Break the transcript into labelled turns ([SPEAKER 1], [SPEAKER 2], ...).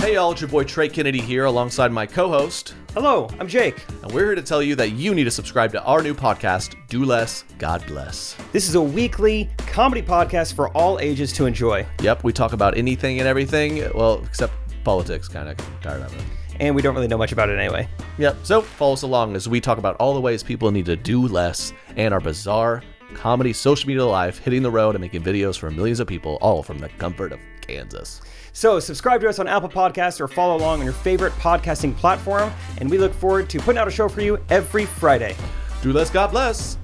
[SPEAKER 1] Hey, y'all, it's your boy Trey Kennedy here alongside my co host,
[SPEAKER 2] Hello, I'm Jake.
[SPEAKER 1] and we're here to tell you that you need to subscribe to our new podcast, Do Less, God Bless.
[SPEAKER 2] This is a weekly comedy podcast for all ages to enjoy,
[SPEAKER 1] Yep, we talk about anything and everything, well, except politics, kind of. Tired of it.
[SPEAKER 2] and we don't really know much about it anyway.
[SPEAKER 1] Yep, so follow us along as we talk about all the ways people need to do less and our bizarre comedy social media life hitting the road and making videos for millions of people, all from the comfort of Kansas.
[SPEAKER 2] So, subscribe to us on Apple Podcasts or follow along on your favorite podcasting platform, and we look forward to putting out a show for you every Friday.
[SPEAKER 1] Do Less, God Bless.